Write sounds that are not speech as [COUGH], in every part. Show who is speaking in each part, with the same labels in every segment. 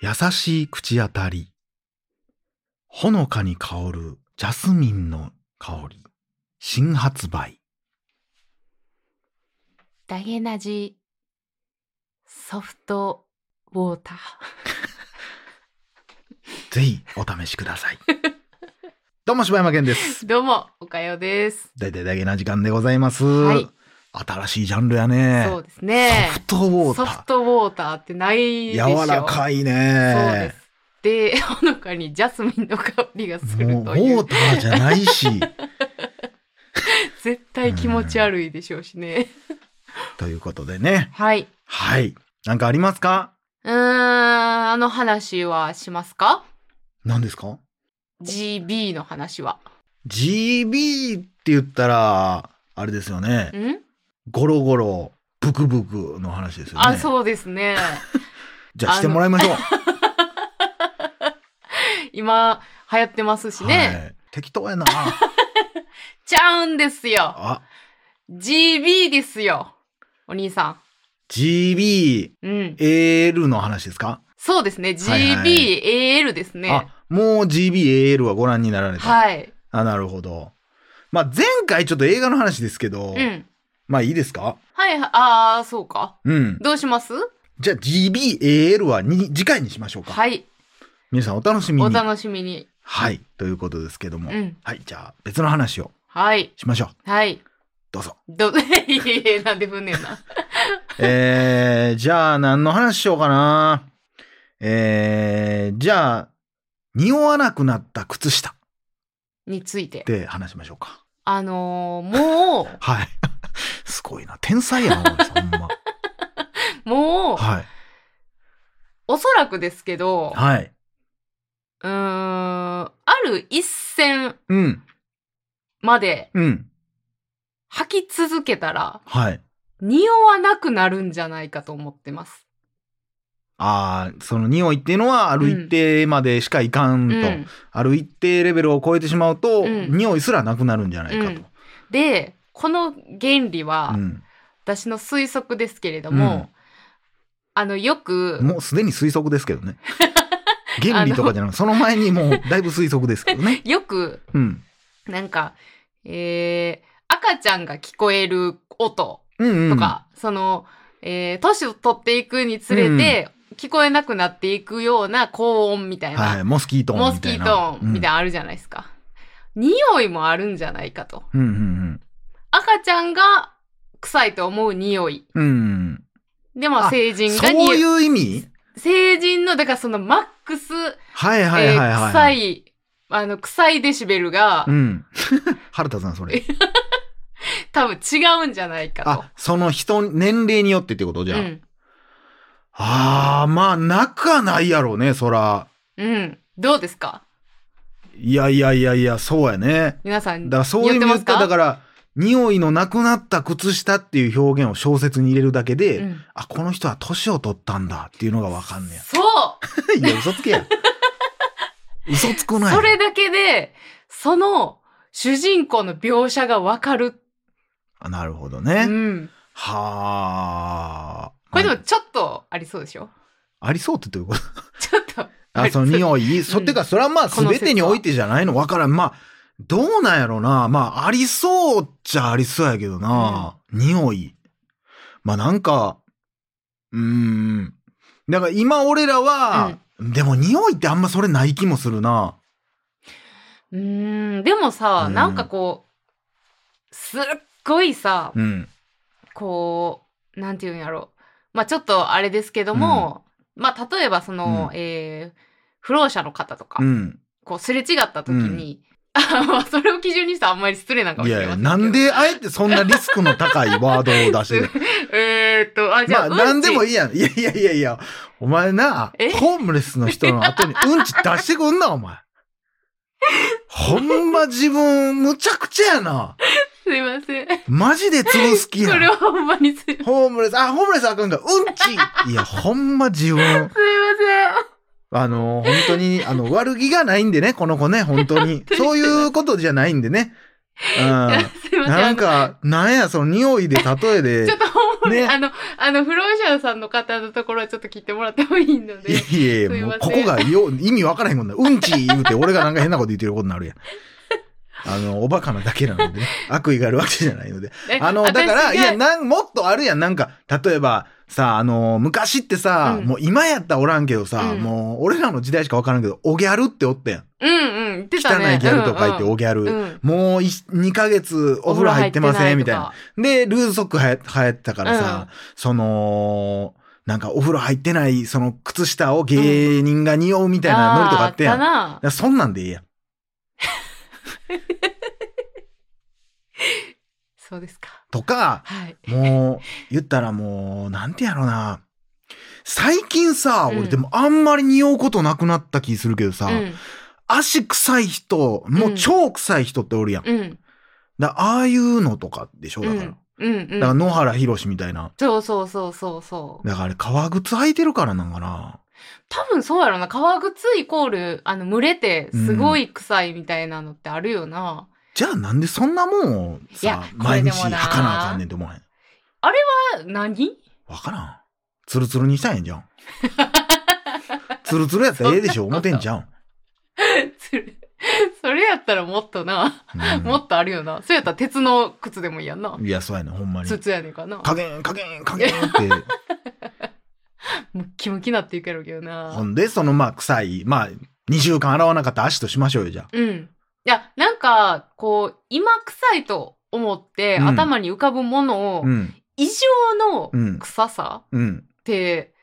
Speaker 1: 優しい口当たり。ほのかに香るジャスミンの香り。新発売。
Speaker 2: ダイエナジソフトウォーター。
Speaker 1: ぜ
Speaker 2: [LAUGHS]
Speaker 1: ひお試しくださ
Speaker 2: [LAUGHS]
Speaker 1: い。どうも柴山健です。
Speaker 2: どうも、おかよです。
Speaker 1: 大体だけな時間でございます。
Speaker 2: はい
Speaker 1: 新しいジャンルやね。
Speaker 2: そうですね。
Speaker 1: ソフトウォータ
Speaker 2: ソ
Speaker 1: ー。
Speaker 2: フトウォーターってないでしょ
Speaker 1: 柔らかい
Speaker 2: そう
Speaker 1: ね。
Speaker 2: です。 [LAUGHS] で、ほのかにジャスミンの香りがす
Speaker 1: も
Speaker 2: る
Speaker 1: うウ
Speaker 2: とい
Speaker 1: ォー
Speaker 2: う、
Speaker 1: ターじゃない
Speaker 2: [LAUGHS]
Speaker 1: し。
Speaker 2: 絶対気持ち悪いでしょうしね。
Speaker 1: ということでね。
Speaker 2: はい。
Speaker 1: はい。なんかありますか
Speaker 2: うーん、あの話はしますか
Speaker 1: 何ですか
Speaker 2: ?GB の話は。
Speaker 1: ?GB って言ったら、あれですよね。
Speaker 2: ん
Speaker 1: ゴロゴロ、ブクブクの話ですよね。
Speaker 2: あ、そうですね。
Speaker 1: じゃあ
Speaker 2: あの
Speaker 1: してもらいましょう。
Speaker 2: 今、流行ってますし [LAUGHS] ね。
Speaker 1: はい、適当やな。
Speaker 2: ちゃうんですよ。
Speaker 1: あ、
Speaker 2: GB ですよ。お兄さ
Speaker 1: GB、
Speaker 2: ん。うん。
Speaker 1: AL の話ですか、
Speaker 2: そうですね。
Speaker 1: はいはい
Speaker 2: GBAL ですね。
Speaker 1: あ、もう GB、AL はご覧になられた。
Speaker 2: はい。
Speaker 1: あ、なるほど。まあ、前回ちょっと映画の話ですけど、
Speaker 2: うん。
Speaker 1: まあいいですか
Speaker 2: はいはい。ああ、そうか。
Speaker 1: うん。
Speaker 2: どうします
Speaker 1: じゃあ GB、AL はに次回にしましょうか。
Speaker 2: はい。
Speaker 1: 皆さんお楽しみ
Speaker 2: お
Speaker 1: に。
Speaker 2: 楽しみに。
Speaker 1: はい。ということですけども。
Speaker 2: うん。
Speaker 1: はい。じゃあ別の話を
Speaker 2: はい。
Speaker 1: しましょう。
Speaker 2: はい。
Speaker 1: どうぞ。
Speaker 2: ど、 [LAUGHS] いやいやなんでふんね
Speaker 1: [LAUGHS]
Speaker 2: んな。
Speaker 1: えー、じゃあ何の話しようかな。えー、じゃあ、匂わなくなった靴下っ
Speaker 2: について。
Speaker 1: て話しましょうか。
Speaker 2: あのーもう、
Speaker 1: はい。 [LAUGHS] すごいな。天才やな、お前さんほん
Speaker 2: [LAUGHS]
Speaker 1: ま。
Speaker 2: もう、
Speaker 1: はい。
Speaker 2: おそらくですけど、
Speaker 1: はい。
Speaker 2: うーん、ある一線
Speaker 1: うん。
Speaker 2: まで
Speaker 1: うん。
Speaker 2: 吐き続けたら、
Speaker 1: はい。
Speaker 2: 匂わなくなるんじゃないかと思ってます。
Speaker 1: ああ、その匂いっていうのは、ある一定までしかいかん
Speaker 2: う
Speaker 1: と。
Speaker 2: ん。
Speaker 1: ある一定レベルを超えてしまうと、
Speaker 2: うん
Speaker 1: 匂いすらなくなるんじゃないかと。
Speaker 2: で、この原理は、
Speaker 1: うん
Speaker 2: 私の推測ですけれども、
Speaker 1: うん
Speaker 2: あの、よく、
Speaker 1: もうすでに推測ですけど
Speaker 2: [LAUGHS]
Speaker 1: ね。原理とかじゃなくて、その前にもうだいぶ推測ですけど
Speaker 2: [LAUGHS]
Speaker 1: ね。
Speaker 2: よく、
Speaker 1: うん。
Speaker 2: なんか、えー、赤ちゃんが聞こえる音
Speaker 1: うんう
Speaker 2: と
Speaker 1: ん。
Speaker 2: か、その、えー、年を取っていくにつれて、聞こえなくなっていくような高音みたいな、
Speaker 1: はい、モスキートー
Speaker 2: モ
Speaker 1: ン
Speaker 2: ス
Speaker 1: み
Speaker 2: キ
Speaker 1: たい
Speaker 2: ー
Speaker 1: な。
Speaker 2: トーン
Speaker 1: い
Speaker 2: みたいなのあるじゃないですか。匂いもあるんじゃないかと。
Speaker 1: な。うんうん
Speaker 2: 赤ちゃんが臭いと思う匂い。
Speaker 1: うん。うん。
Speaker 2: で、まあ、
Speaker 1: あ
Speaker 2: 成人
Speaker 1: そ
Speaker 2: が
Speaker 1: う
Speaker 2: 匂い。
Speaker 1: いう意味
Speaker 2: 成人の、だからそのマックス、
Speaker 1: はい
Speaker 2: え
Speaker 1: はいはいはい
Speaker 2: ー。臭。い、あの、臭いデシベルが
Speaker 1: う、ん。 [LAUGHS] 原田さん、それ。
Speaker 2: 多分違うんじゃないか
Speaker 1: あ、その人、年齢によってってこと
Speaker 2: と。
Speaker 1: じ
Speaker 2: う
Speaker 1: ゃあ。
Speaker 2: ん。
Speaker 1: あー、まあ、なくはないやろうね、そら。
Speaker 2: うん。どうですか
Speaker 1: いやいやいやいや、そうやね。
Speaker 2: 皆さん、
Speaker 1: だからそういう意味で
Speaker 2: 言
Speaker 1: 言
Speaker 2: っ
Speaker 1: ってた
Speaker 2: ます
Speaker 1: ら、
Speaker 2: か
Speaker 1: だから、匂いのなくなった靴下っていう表現を小説に入れるだけで、
Speaker 2: うん
Speaker 1: あ、この人は年を取ったんだっていうのがわかんね
Speaker 2: そう [LAUGHS]
Speaker 1: や。いや、嘘つけや。嘘つくない。
Speaker 2: それだけで、その、主人公の描写がわかる。
Speaker 1: あなるほど
Speaker 2: う
Speaker 1: ね。
Speaker 2: ん。
Speaker 1: はあ。
Speaker 2: これでも
Speaker 1: ま
Speaker 2: ちょっとありそうでしょ [LAUGHS]
Speaker 1: あ、ありそうってどういうこと
Speaker 2: ちょっと。
Speaker 1: あ、その匂い、そ、てか、それはまあ、
Speaker 2: こ
Speaker 1: す
Speaker 2: の説は
Speaker 1: べてにおいてじゃないのわからん。まあ、どうなんやろな。まあ、ありそうっちゃありそうやけどな。匂い。まあ、なんか、うーん。だから今俺らは、でも匂いってあんまそれない気もするな。
Speaker 2: うーん。でもさ、
Speaker 1: うん
Speaker 2: なんかこう、すっごいさ、
Speaker 1: うん。
Speaker 2: こう、なんていうんやろまあちょっとあれですけども、まあ例えばその、
Speaker 1: う
Speaker 2: えー、不老者の方とか、
Speaker 1: うん。
Speaker 2: こうすれ違った時に、あ [LAUGHS] まあそれを基準にしたらあんまり失礼なんかも
Speaker 1: い
Speaker 2: しれ
Speaker 1: や
Speaker 2: ま
Speaker 1: い
Speaker 2: せ
Speaker 1: や、
Speaker 2: んけど。
Speaker 1: なんであえてそんなリスクの高いワードを出してる
Speaker 2: [LAUGHS] えーっと、あ、じ
Speaker 1: ま
Speaker 2: ゃあ、
Speaker 1: あ、
Speaker 2: うんち
Speaker 1: なんでもいいやん。いやいやいやいや、お前な
Speaker 2: え、
Speaker 1: ホームレスの人の後にうんち出してくんな、お
Speaker 2: [LAUGHS]
Speaker 1: 前。ほんま自分、むちゃくちゃやな。
Speaker 2: すいません。
Speaker 1: マジで潰す気や
Speaker 2: それ
Speaker 1: ん。
Speaker 2: はほんまにすいすいま
Speaker 1: ホームレス、あ、ホームレスあかんか、うんち。いや、ほんま自分、あの、本当に、あの、悪気がないんでね、この子ね、本当に。そういうことじゃないんでね。うん。
Speaker 2: せん。すいません。
Speaker 1: なんか、なんや、その匂いで例え
Speaker 2: あの、ちょ
Speaker 1: で
Speaker 2: っ、とほんこれ、
Speaker 1: ね
Speaker 2: あの、あの、フローシャンさんの方のところはちょっと切ってもらってもいいので。
Speaker 1: いやいや
Speaker 2: すい
Speaker 1: も
Speaker 2: ま
Speaker 1: う
Speaker 2: せん
Speaker 1: ここがよ意味わからへんもんな。うんち言うて、俺がなんか変なこと言ってることになるやん。 [LAUGHS] あの、おバカなだけなので、
Speaker 2: [LAUGHS]
Speaker 1: ね、悪意があるわけじゃないので。
Speaker 2: え
Speaker 1: あの、だから、い
Speaker 2: 私が
Speaker 1: や、なん、もっとあるやん。なんか、例えば、さ、あの、昔ってさ、
Speaker 2: うん
Speaker 1: もう今やったらおらんけどさ、
Speaker 2: うん
Speaker 1: もう、俺らの時代しかわからんけど、おギャルっておったやん。
Speaker 2: うんうん、言ってた
Speaker 1: 汚
Speaker 2: ね。
Speaker 1: いギャルと書いて、おギャル。
Speaker 2: うんうんうん
Speaker 1: もうい、2ヶ月お風呂入ってません、みたいな。。で、ルーズソックはや流行ったからさ、その、なんかお風呂入ってない、その靴下を芸人が匂うみ
Speaker 2: み
Speaker 1: たいなノリとかあってやん。だか
Speaker 2: な。
Speaker 1: らそんなんでいいやん。
Speaker 2: そうですか。
Speaker 1: とか、
Speaker 2: はい。
Speaker 1: もう、言ったらもう、なんてやろな。最近さ、
Speaker 2: うん
Speaker 1: 俺でもあんまり匂うことなくなった気するけどさ、
Speaker 2: うん。
Speaker 1: 足臭い人、もう超臭い人っておるやん。
Speaker 2: うん。
Speaker 1: だからああいうのとかでしょだ
Speaker 2: う
Speaker 1: から。
Speaker 2: ん。うん。
Speaker 1: だから
Speaker 2: うん。
Speaker 1: 野原宏みたいな。
Speaker 2: そうそうそうそうそう。
Speaker 1: だからあれ革靴履いてるからなんかな。
Speaker 2: 多分そうやろな。革靴イコール、あの、蒸れて、すごい臭いみたいなのってあるよな。
Speaker 1: じゃあなんでそんなもんを
Speaker 2: いや
Speaker 1: さ、
Speaker 2: これ
Speaker 1: 毎
Speaker 2: で
Speaker 1: 日
Speaker 2: も
Speaker 1: 履か
Speaker 2: な
Speaker 1: なあかんねんって思わへん。
Speaker 2: あ何 [LAUGHS]
Speaker 1: わからん。ツルツルにしたいんじゃん。ツルツルやったらええでしょ思ってんじゃん。
Speaker 2: それ、それやったらもっとな、
Speaker 1: うん
Speaker 2: [LAUGHS] もっとあるよな。そうやったら鉄の靴でもいいやんな。
Speaker 1: いや、そうやねんほんまに。
Speaker 2: 筒やねんかな。
Speaker 1: 加減、加減、加減って。
Speaker 2: ムッキムキなっていくやろうけど
Speaker 1: ほ
Speaker 2: な。
Speaker 1: んで、そのまあ臭い、まあ、2週間洗わなかった足としましょうよ、じゃ
Speaker 2: うん。いや、なんか、こう、今臭いと思って、
Speaker 1: うん
Speaker 2: 頭に浮かぶもの
Speaker 1: あ。
Speaker 2: を
Speaker 1: う、ん、
Speaker 2: 異常の
Speaker 1: うん
Speaker 2: 臭さっ
Speaker 1: うん、
Speaker 2: て、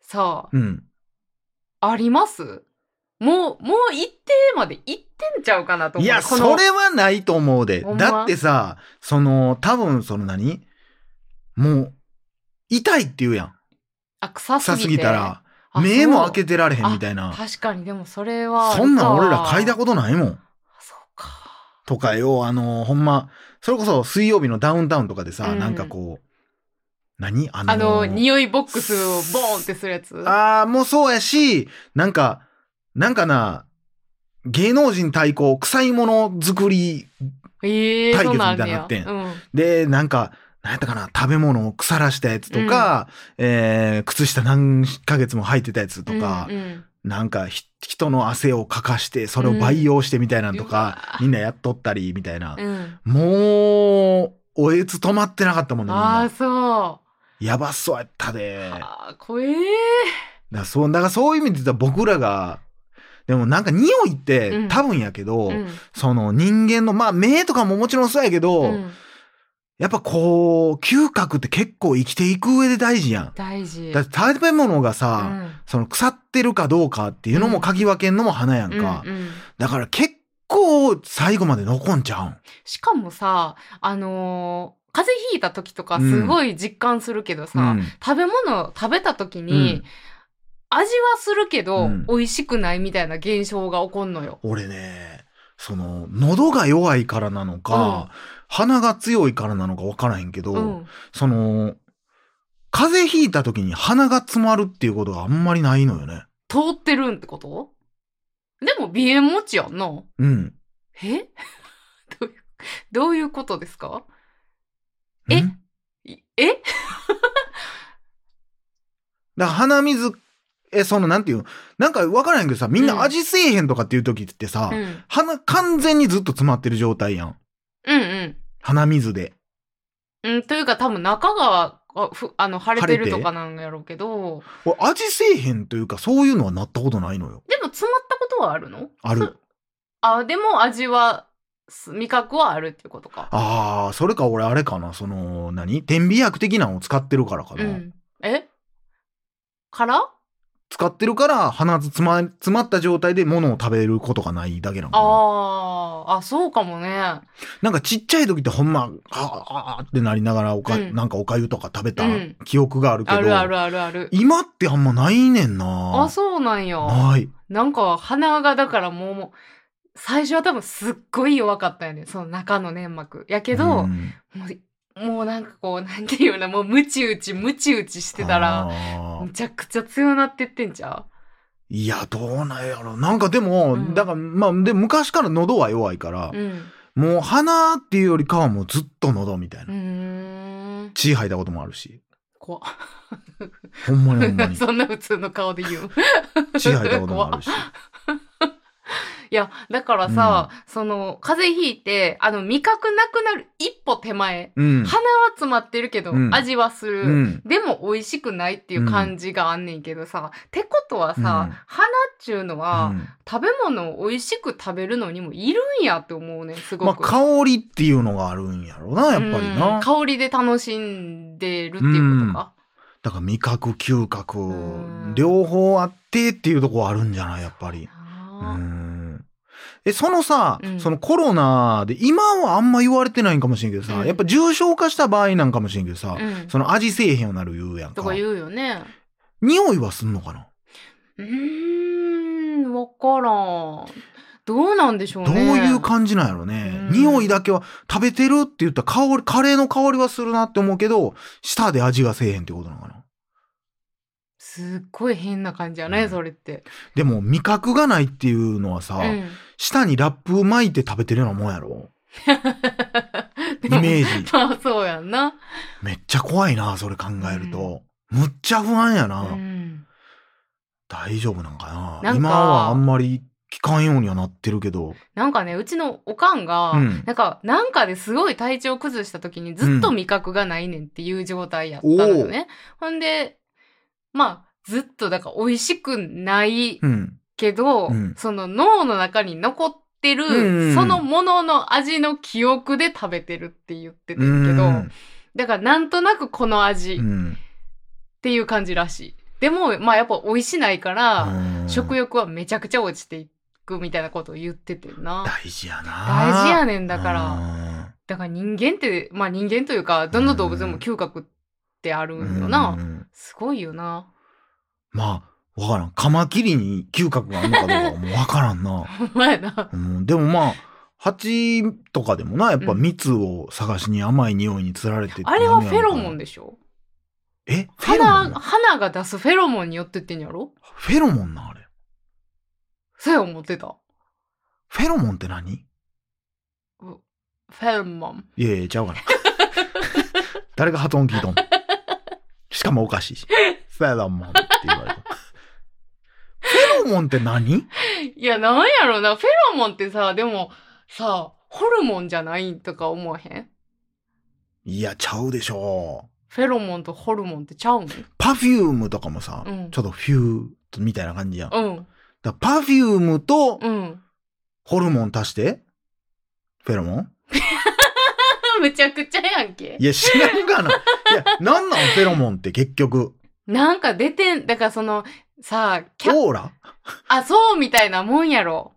Speaker 2: さ
Speaker 1: うん。
Speaker 2: あ、ありますもう、もう一定まで行ってんちゃうかなと思。
Speaker 1: いうや、
Speaker 2: こ
Speaker 1: そ
Speaker 2: の
Speaker 1: れはないと思うで。
Speaker 2: ほんま
Speaker 1: だってさ、その、多分その何もう、痛いって言うやん。
Speaker 2: あ、臭す
Speaker 1: 臭
Speaker 2: ぎて
Speaker 1: すぎたら、
Speaker 2: あ
Speaker 1: 目も
Speaker 2: そう
Speaker 1: 開けてられへんみたいな。
Speaker 2: 確かに、でもそれは。
Speaker 1: そんなん俺ら嗅いだことないもん。
Speaker 2: そうか。
Speaker 1: とかよ、あの、ほんま、それこそ水曜日のダウンタウンとかでさ、
Speaker 2: うん
Speaker 1: なんかこう、何あの
Speaker 2: あの、匂いボックスをボーンってするやつ。
Speaker 1: ああ、もうそうやし、なんか、なんかな、芸能人対抗、臭いもの作り
Speaker 2: ええー、
Speaker 1: 対決
Speaker 2: そう
Speaker 1: みたにな
Speaker 2: ないんねや
Speaker 1: っ。てん
Speaker 2: うん。
Speaker 1: で、なんか、なんやったかな、食べ物を腐らしたやつとか、えー、靴下何ヶ月も履いてたやつとか、
Speaker 2: うんうん
Speaker 1: なんかひ人の汗をかかして、それを培養してみたいなのとか、
Speaker 2: う
Speaker 1: みんなやっとったり、みたいな。
Speaker 2: うん。
Speaker 1: もう、おえつ止まってなかったもんね。みん
Speaker 2: ああ、
Speaker 1: な
Speaker 2: そ
Speaker 1: やばそうやったで。
Speaker 2: う。
Speaker 1: だか
Speaker 2: ああ、怖えー。
Speaker 1: らそう、だからそういう意味で言ったら僕らが、でもなんか匂いって、
Speaker 2: うん
Speaker 1: 多分やけど、
Speaker 2: うん
Speaker 1: その人間の、まあ目とかももちろんそうやけど、
Speaker 2: うん。
Speaker 1: やっぱこう、嗅覚って結構生きていく上で大事やん。
Speaker 2: 大事。
Speaker 1: だって食べ物が
Speaker 2: う
Speaker 1: さ、
Speaker 2: ん
Speaker 1: その腐ってるかどうかっていうのも嗅ぎ分けんのも花やんか。
Speaker 2: うんうん
Speaker 1: だから結構最後まで残んちゃうん。
Speaker 2: しかもさ、あのー風邪ひいた時とかすごい実感するけどさ、
Speaker 1: うん
Speaker 2: 食べ物食べた時
Speaker 1: う
Speaker 2: に
Speaker 1: ん、
Speaker 2: 味はするけど、
Speaker 1: うん
Speaker 2: 美味しくないみたいな現象が起こんのよ。
Speaker 1: 俺ね、その、喉が弱いからなのか、鼻が強いからなのか分からへんけど、
Speaker 2: うん。
Speaker 1: その、風邪ひいた時に鼻が詰まるっていうことがあんまりないのよね。
Speaker 2: 通ってるんってことでも鼻炎持ちやんな。
Speaker 1: うん。
Speaker 2: え [LAUGHS] どういう、どういうことですかえ
Speaker 1: ん
Speaker 2: いえ
Speaker 1: だから鼻水、え、その、なんていうのなんか分からへんけどさ、みん
Speaker 2: うん
Speaker 1: な味せえへんとかっていう時ってさ、
Speaker 2: うん。
Speaker 1: 鼻、完全にずっと詰まってる状態やん。
Speaker 2: うんうん。
Speaker 1: 鼻水で。
Speaker 2: うん、というか多分中が、あふあの、腫れて
Speaker 1: 腫れ
Speaker 2: る
Speaker 1: て
Speaker 2: とかなんやろうけど、
Speaker 1: 俺、味せえへんというか、そういうのはなったことないのよ。
Speaker 2: でも詰まったことはあるの
Speaker 1: ある。
Speaker 2: あ、でも味は、す味覚はあるっていうことか。
Speaker 1: ああ、それか俺あれかな、その、何点鼻薬的なのを使ってるからか
Speaker 2: う
Speaker 1: な。
Speaker 2: ん。えから
Speaker 1: 使ってるから、鼻詰ま詰まった状態で物を食べることがないだけなのかな。
Speaker 2: あーあ、そうかもね。
Speaker 1: なんかちっちゃい時ってほんま、ああ、あーってなりながらおか、
Speaker 2: うん
Speaker 1: なんかおかゆとか食べた
Speaker 2: うん
Speaker 1: 記憶があるけど、
Speaker 2: あるあるあるある。
Speaker 1: 今ってあんまないねんな。
Speaker 2: あ、そうなんや。
Speaker 1: ない。
Speaker 2: なんか鼻がだからもうもう最初は多分すっごい弱かったよねその中の粘膜やけど、
Speaker 1: うん
Speaker 2: もうもうなんかこうなんていうのもうムチ打ちムチ打ちしてたら
Speaker 1: あー
Speaker 2: むちゃくちゃ強なってってんちゃ
Speaker 1: いや、どうなんやろ。なんかでも、
Speaker 2: うん
Speaker 1: だから、まあ、で、昔から喉は弱いから
Speaker 2: うう、ん
Speaker 1: もう鼻っていうよりかはもうずっと喉みたいうな。
Speaker 2: ーんん。
Speaker 1: 血吐いたこともあるし。
Speaker 2: 怖
Speaker 1: ほんまにほんまに。血
Speaker 2: [LAUGHS] そんな普通の顔で言う。
Speaker 1: 吐いたこともあるし。
Speaker 2: いや、だからさ、その、風邪ひいて、あの、味覚なくなる一歩手前。
Speaker 1: うん。
Speaker 2: 鼻は詰まってるけど、
Speaker 1: うん
Speaker 2: 味はする。
Speaker 1: うん。
Speaker 2: でも美味しくないっていう感じがあんねんけどさ、ってことは
Speaker 1: う
Speaker 2: さ、
Speaker 1: ん
Speaker 2: 花っちゅうのは、
Speaker 1: うん
Speaker 2: 食べ物を美味しく食べるのにもいるんやって思うねんす
Speaker 1: ま
Speaker 2: ご
Speaker 1: あ、
Speaker 2: く。
Speaker 1: 香りっていうのがあるんやろうな、やっぱり
Speaker 2: うん
Speaker 1: な。
Speaker 2: 香りで楽しんでるっていうことか。
Speaker 1: だから味覚、嗅覚
Speaker 2: うん、
Speaker 1: 両方あってっていうとこあるんじゃない、やっぱり。う
Speaker 2: なあ
Speaker 1: ん。え、そのさ、
Speaker 2: うん
Speaker 1: そのコロナで、今はあんま言われてないんかもしれんけどさ、
Speaker 2: うん
Speaker 1: やっぱ重症化した場合なんかもしれんけどさ、
Speaker 2: うん
Speaker 1: その味せえへんようになる言うやん
Speaker 2: と
Speaker 1: か。
Speaker 2: か言うよね。
Speaker 1: 匂いはすんのかな
Speaker 2: うーん、わからん。どうなんでしょうね。
Speaker 1: どういう感じなんやろね、
Speaker 2: うん
Speaker 1: 匂いだけは食べてるって言ったら香り、カレーの香りはするなって思うけど、舌で味がせえへんってことなのかな
Speaker 2: すっごい変な感じやね、
Speaker 1: うん
Speaker 2: それって。
Speaker 1: でも味覚がないっていうのはさ、
Speaker 2: うん。
Speaker 1: 舌にラップ巻いて食べてるようなもんやろイ
Speaker 2: でも [LAUGHS]
Speaker 1: メージ。 [LAUGHS]
Speaker 2: まあそうやんな。
Speaker 1: めっちゃ怖いな、それ考えると。むっちゃ不安やな。
Speaker 2: うん。
Speaker 1: 大丈夫なんかな
Speaker 2: なんか
Speaker 1: 今はあんまり聞かんようにはなってるけど。
Speaker 2: なんかね、うちのおかんが、
Speaker 1: うん
Speaker 2: なんか、なんかですごい体調崩した時にずっと味覚がないねんっていう状態やったのよね。ほんで、まあ、ずっと、だから美味しくない [LAUGHS]
Speaker 1: うん。
Speaker 2: けど、
Speaker 1: うん
Speaker 2: その脳の中に残ってる、
Speaker 1: うん
Speaker 2: そのものの味の記憶で食べてるって言ってたけ
Speaker 1: う
Speaker 2: ど、
Speaker 1: ん。
Speaker 2: だからなんとなくこの味
Speaker 1: う
Speaker 2: っ
Speaker 1: ん。
Speaker 2: ていう感じらしい。でも、まあやっぱ美味しないから、
Speaker 1: うん
Speaker 2: 食欲はめちゃくちゃ落ちていくみたいなことを言っててんな。
Speaker 1: 大事やな。
Speaker 2: 大事やねんだから。
Speaker 1: ら。
Speaker 2: だから人間って、まあ人間というか、どの動物でも嗅覚ってあるんよな。
Speaker 1: うん
Speaker 2: すごいよな。 [LAUGHS]
Speaker 1: まあ、わからん。カマキリに嗅覚があるのかどうかはもうわからん
Speaker 2: [LAUGHS]
Speaker 1: な。
Speaker 2: ほんまやな。
Speaker 1: うん、でもまあ、蜂とかでもな、やっぱ蜜を探しに甘い匂いにつられてって
Speaker 2: あれはフェロ
Speaker 1: な
Speaker 2: モ
Speaker 1: ん
Speaker 2: ン
Speaker 1: や
Speaker 2: でしょ
Speaker 1: ろなえフェロモ
Speaker 2: 花、
Speaker 1: ン
Speaker 2: 花が出すフェロモンによってってんやろ
Speaker 1: フェロモンな、あれ。
Speaker 2: そうや思ってた。
Speaker 1: フェロモンって何
Speaker 2: フェロモン。
Speaker 1: いやいや、ちゃうか
Speaker 2: [LAUGHS]
Speaker 1: な。誰が発音聞いとんのしかもおかしいし。フェロモンって言われた。フェロモンって何
Speaker 2: いや、なんやろな。フェロモンってさ、でも、さ、ホルモンじゃないんとか思わへん
Speaker 1: いや、ちゃうでしょう。
Speaker 2: フェロモンとホルモンってちゃうの
Speaker 1: パフュームとかもさ、
Speaker 2: うん
Speaker 1: ちょっとフューっとみたいな感じやん。
Speaker 2: うん。
Speaker 1: だパフュームと
Speaker 2: うん。 [LAUGHS]
Speaker 1: ホルモン足して、フェロモン
Speaker 2: むちゃくちゃやんけ
Speaker 1: い。や、知らんがな。いや、なんなんフェロモンって結局。
Speaker 2: なんか出てん、だからその、さ、キャ
Speaker 1: オーラ
Speaker 2: あ、そうみたいなもんやろ。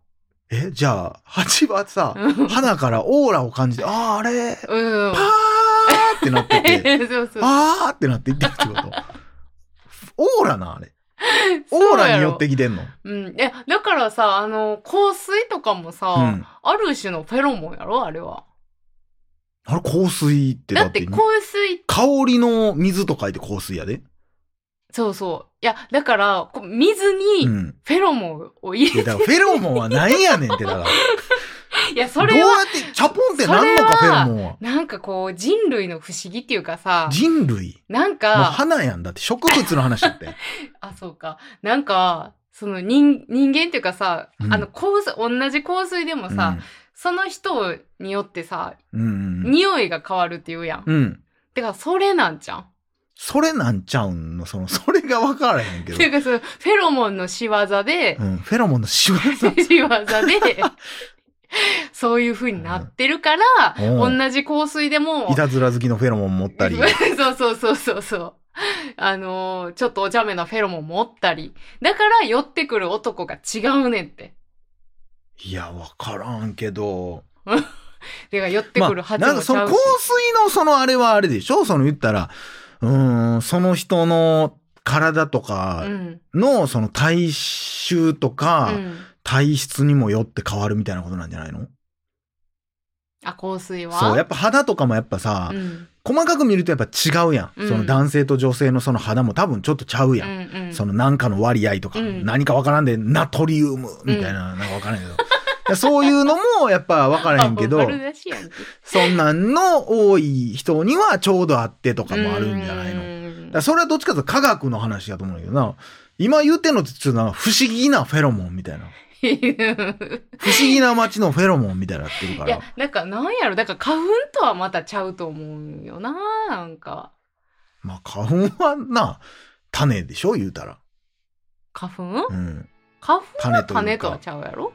Speaker 1: え、じゃあ、蜂はさ、
Speaker 2: うん
Speaker 1: 花からオーラを感じて、あーあれ、
Speaker 2: うん
Speaker 1: パ。ーってなってて、
Speaker 2: [LAUGHS] そうそう。
Speaker 1: あーってなっていってるってこと。オーラな、あれ。オー
Speaker 2: そうやろ
Speaker 1: ラによってきてんの。
Speaker 2: うん。え、だからさ、あの、香水とかもさ、
Speaker 1: うん。
Speaker 2: ある種のフェロモンやろあれは。
Speaker 1: あれ、香水ってだ
Speaker 2: だっ
Speaker 1: ってて、
Speaker 2: 香水、
Speaker 1: 香りの水と書いて香水やで。
Speaker 2: そうそう。いや、だから、こう水
Speaker 1: う
Speaker 2: に
Speaker 1: ん。
Speaker 2: フェロモンを入
Speaker 1: い
Speaker 2: れ
Speaker 1: や、だからフェロモンは何やねんって、だから。
Speaker 2: いや、そ
Speaker 1: どう
Speaker 2: れ
Speaker 1: や
Speaker 2: は、
Speaker 1: って、チャポンってなんのか、
Speaker 2: そ
Speaker 1: フ
Speaker 2: れは
Speaker 1: ェロモンは。
Speaker 2: なんかこう、人類の不思議っていうかさ、
Speaker 1: 人類。
Speaker 2: なん
Speaker 1: もう
Speaker 2: か、
Speaker 1: 花やんだって、植物の話だって。
Speaker 2: あ、 [LAUGHS] そうか。なんか、その人、人間っていうかさ、
Speaker 1: うん
Speaker 2: あの、香水、同じ香水でもさ、その人によってさ、
Speaker 1: うん、うんうん
Speaker 2: 匂いが変わるって言うやん。
Speaker 1: うん。うん。
Speaker 2: てか、それなんじゃん。
Speaker 1: それなんちゃうんの、その、それが分からへんけ
Speaker 2: っ
Speaker 1: ど
Speaker 2: てい。うか、その、フェロモンの仕業で、
Speaker 1: うん、フェロモンの仕業。
Speaker 2: [LAUGHS] 仕業
Speaker 1: [LAUGHS]
Speaker 2: で、そういう風になってるから、
Speaker 1: うん
Speaker 2: 同じ香水でも
Speaker 1: い、たずら好きのフェロモン持ったり。
Speaker 2: [LAUGHS] そうそうそうそうそう。あのーちょっとお茶目なフェロモン持ったり。だから寄ってくる男が違うねんって。
Speaker 1: いや、分からんけど。
Speaker 2: てか寄って
Speaker 1: ま
Speaker 2: くる
Speaker 1: あ、
Speaker 2: 発
Speaker 1: なん
Speaker 2: 音
Speaker 1: か
Speaker 2: ち
Speaker 1: そ
Speaker 2: ゃ
Speaker 1: の
Speaker 2: う
Speaker 1: 香
Speaker 2: し。
Speaker 1: 水のそのあれはあれでしょその言ったら、うーん、その人の体とか
Speaker 2: うん。
Speaker 1: のその体臭と
Speaker 2: う
Speaker 1: か、
Speaker 2: ん。
Speaker 1: 体質にもよって変わるみたいなことなんじゃないの
Speaker 2: あ、香水は
Speaker 1: そう、やっぱ肌とかもやっぱさ、
Speaker 2: うん。
Speaker 1: 細かく見るとやっぱ違うやん。
Speaker 2: うん
Speaker 1: その男性と女性のその肌も多分ちょっとちゃうやん。
Speaker 2: うんうん。
Speaker 1: そのなんかの割合とか、
Speaker 2: うん
Speaker 1: 何かわからんで、ナトリウムみたいな、なんかわからんけど。そういうのもやっぱ分からへんけ
Speaker 2: [LAUGHS] あ
Speaker 1: ど
Speaker 2: 丸、出しやんけ
Speaker 1: そんなんの多い人にはちょうどあってとかもあるんじゃないうの。だ
Speaker 2: ーん
Speaker 1: からそれはどっちかというと科学の話やと思うんだけどな。今言うてんのってちょっとなんか不思議なフェロモンみたいな。不思議な街のフェロモンみたいになってるか
Speaker 2: [LAUGHS] いや
Speaker 1: ら。
Speaker 2: なんかなんやろだから花粉とはまたちゃうと思うよななんか
Speaker 1: まあ花粉はな、種でしょ言うたら。
Speaker 2: 花粉
Speaker 1: うん。
Speaker 2: 花粉
Speaker 1: 種
Speaker 2: は
Speaker 1: とい
Speaker 2: 種
Speaker 1: うか
Speaker 2: とはちゃうやろ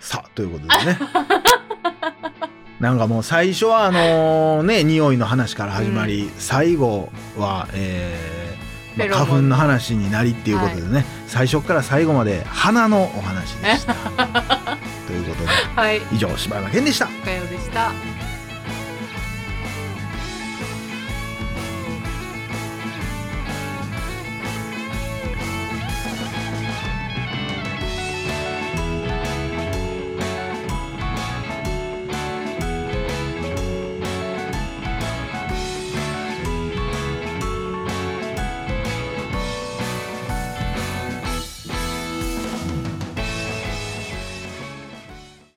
Speaker 1: さあ、ということでね。 [LAUGHS] なんかもう最初はあのね、匂いの話から始まり、最後は、えー
Speaker 2: フェ
Speaker 1: まあ、
Speaker 2: ロモン
Speaker 1: 花粉の話になりっていうことでね、最初から最後まで花
Speaker 2: [LAUGHS]
Speaker 1: のお話でした。ということで、
Speaker 2: はい
Speaker 1: 以上、柴山健でした。
Speaker 2: おかよでした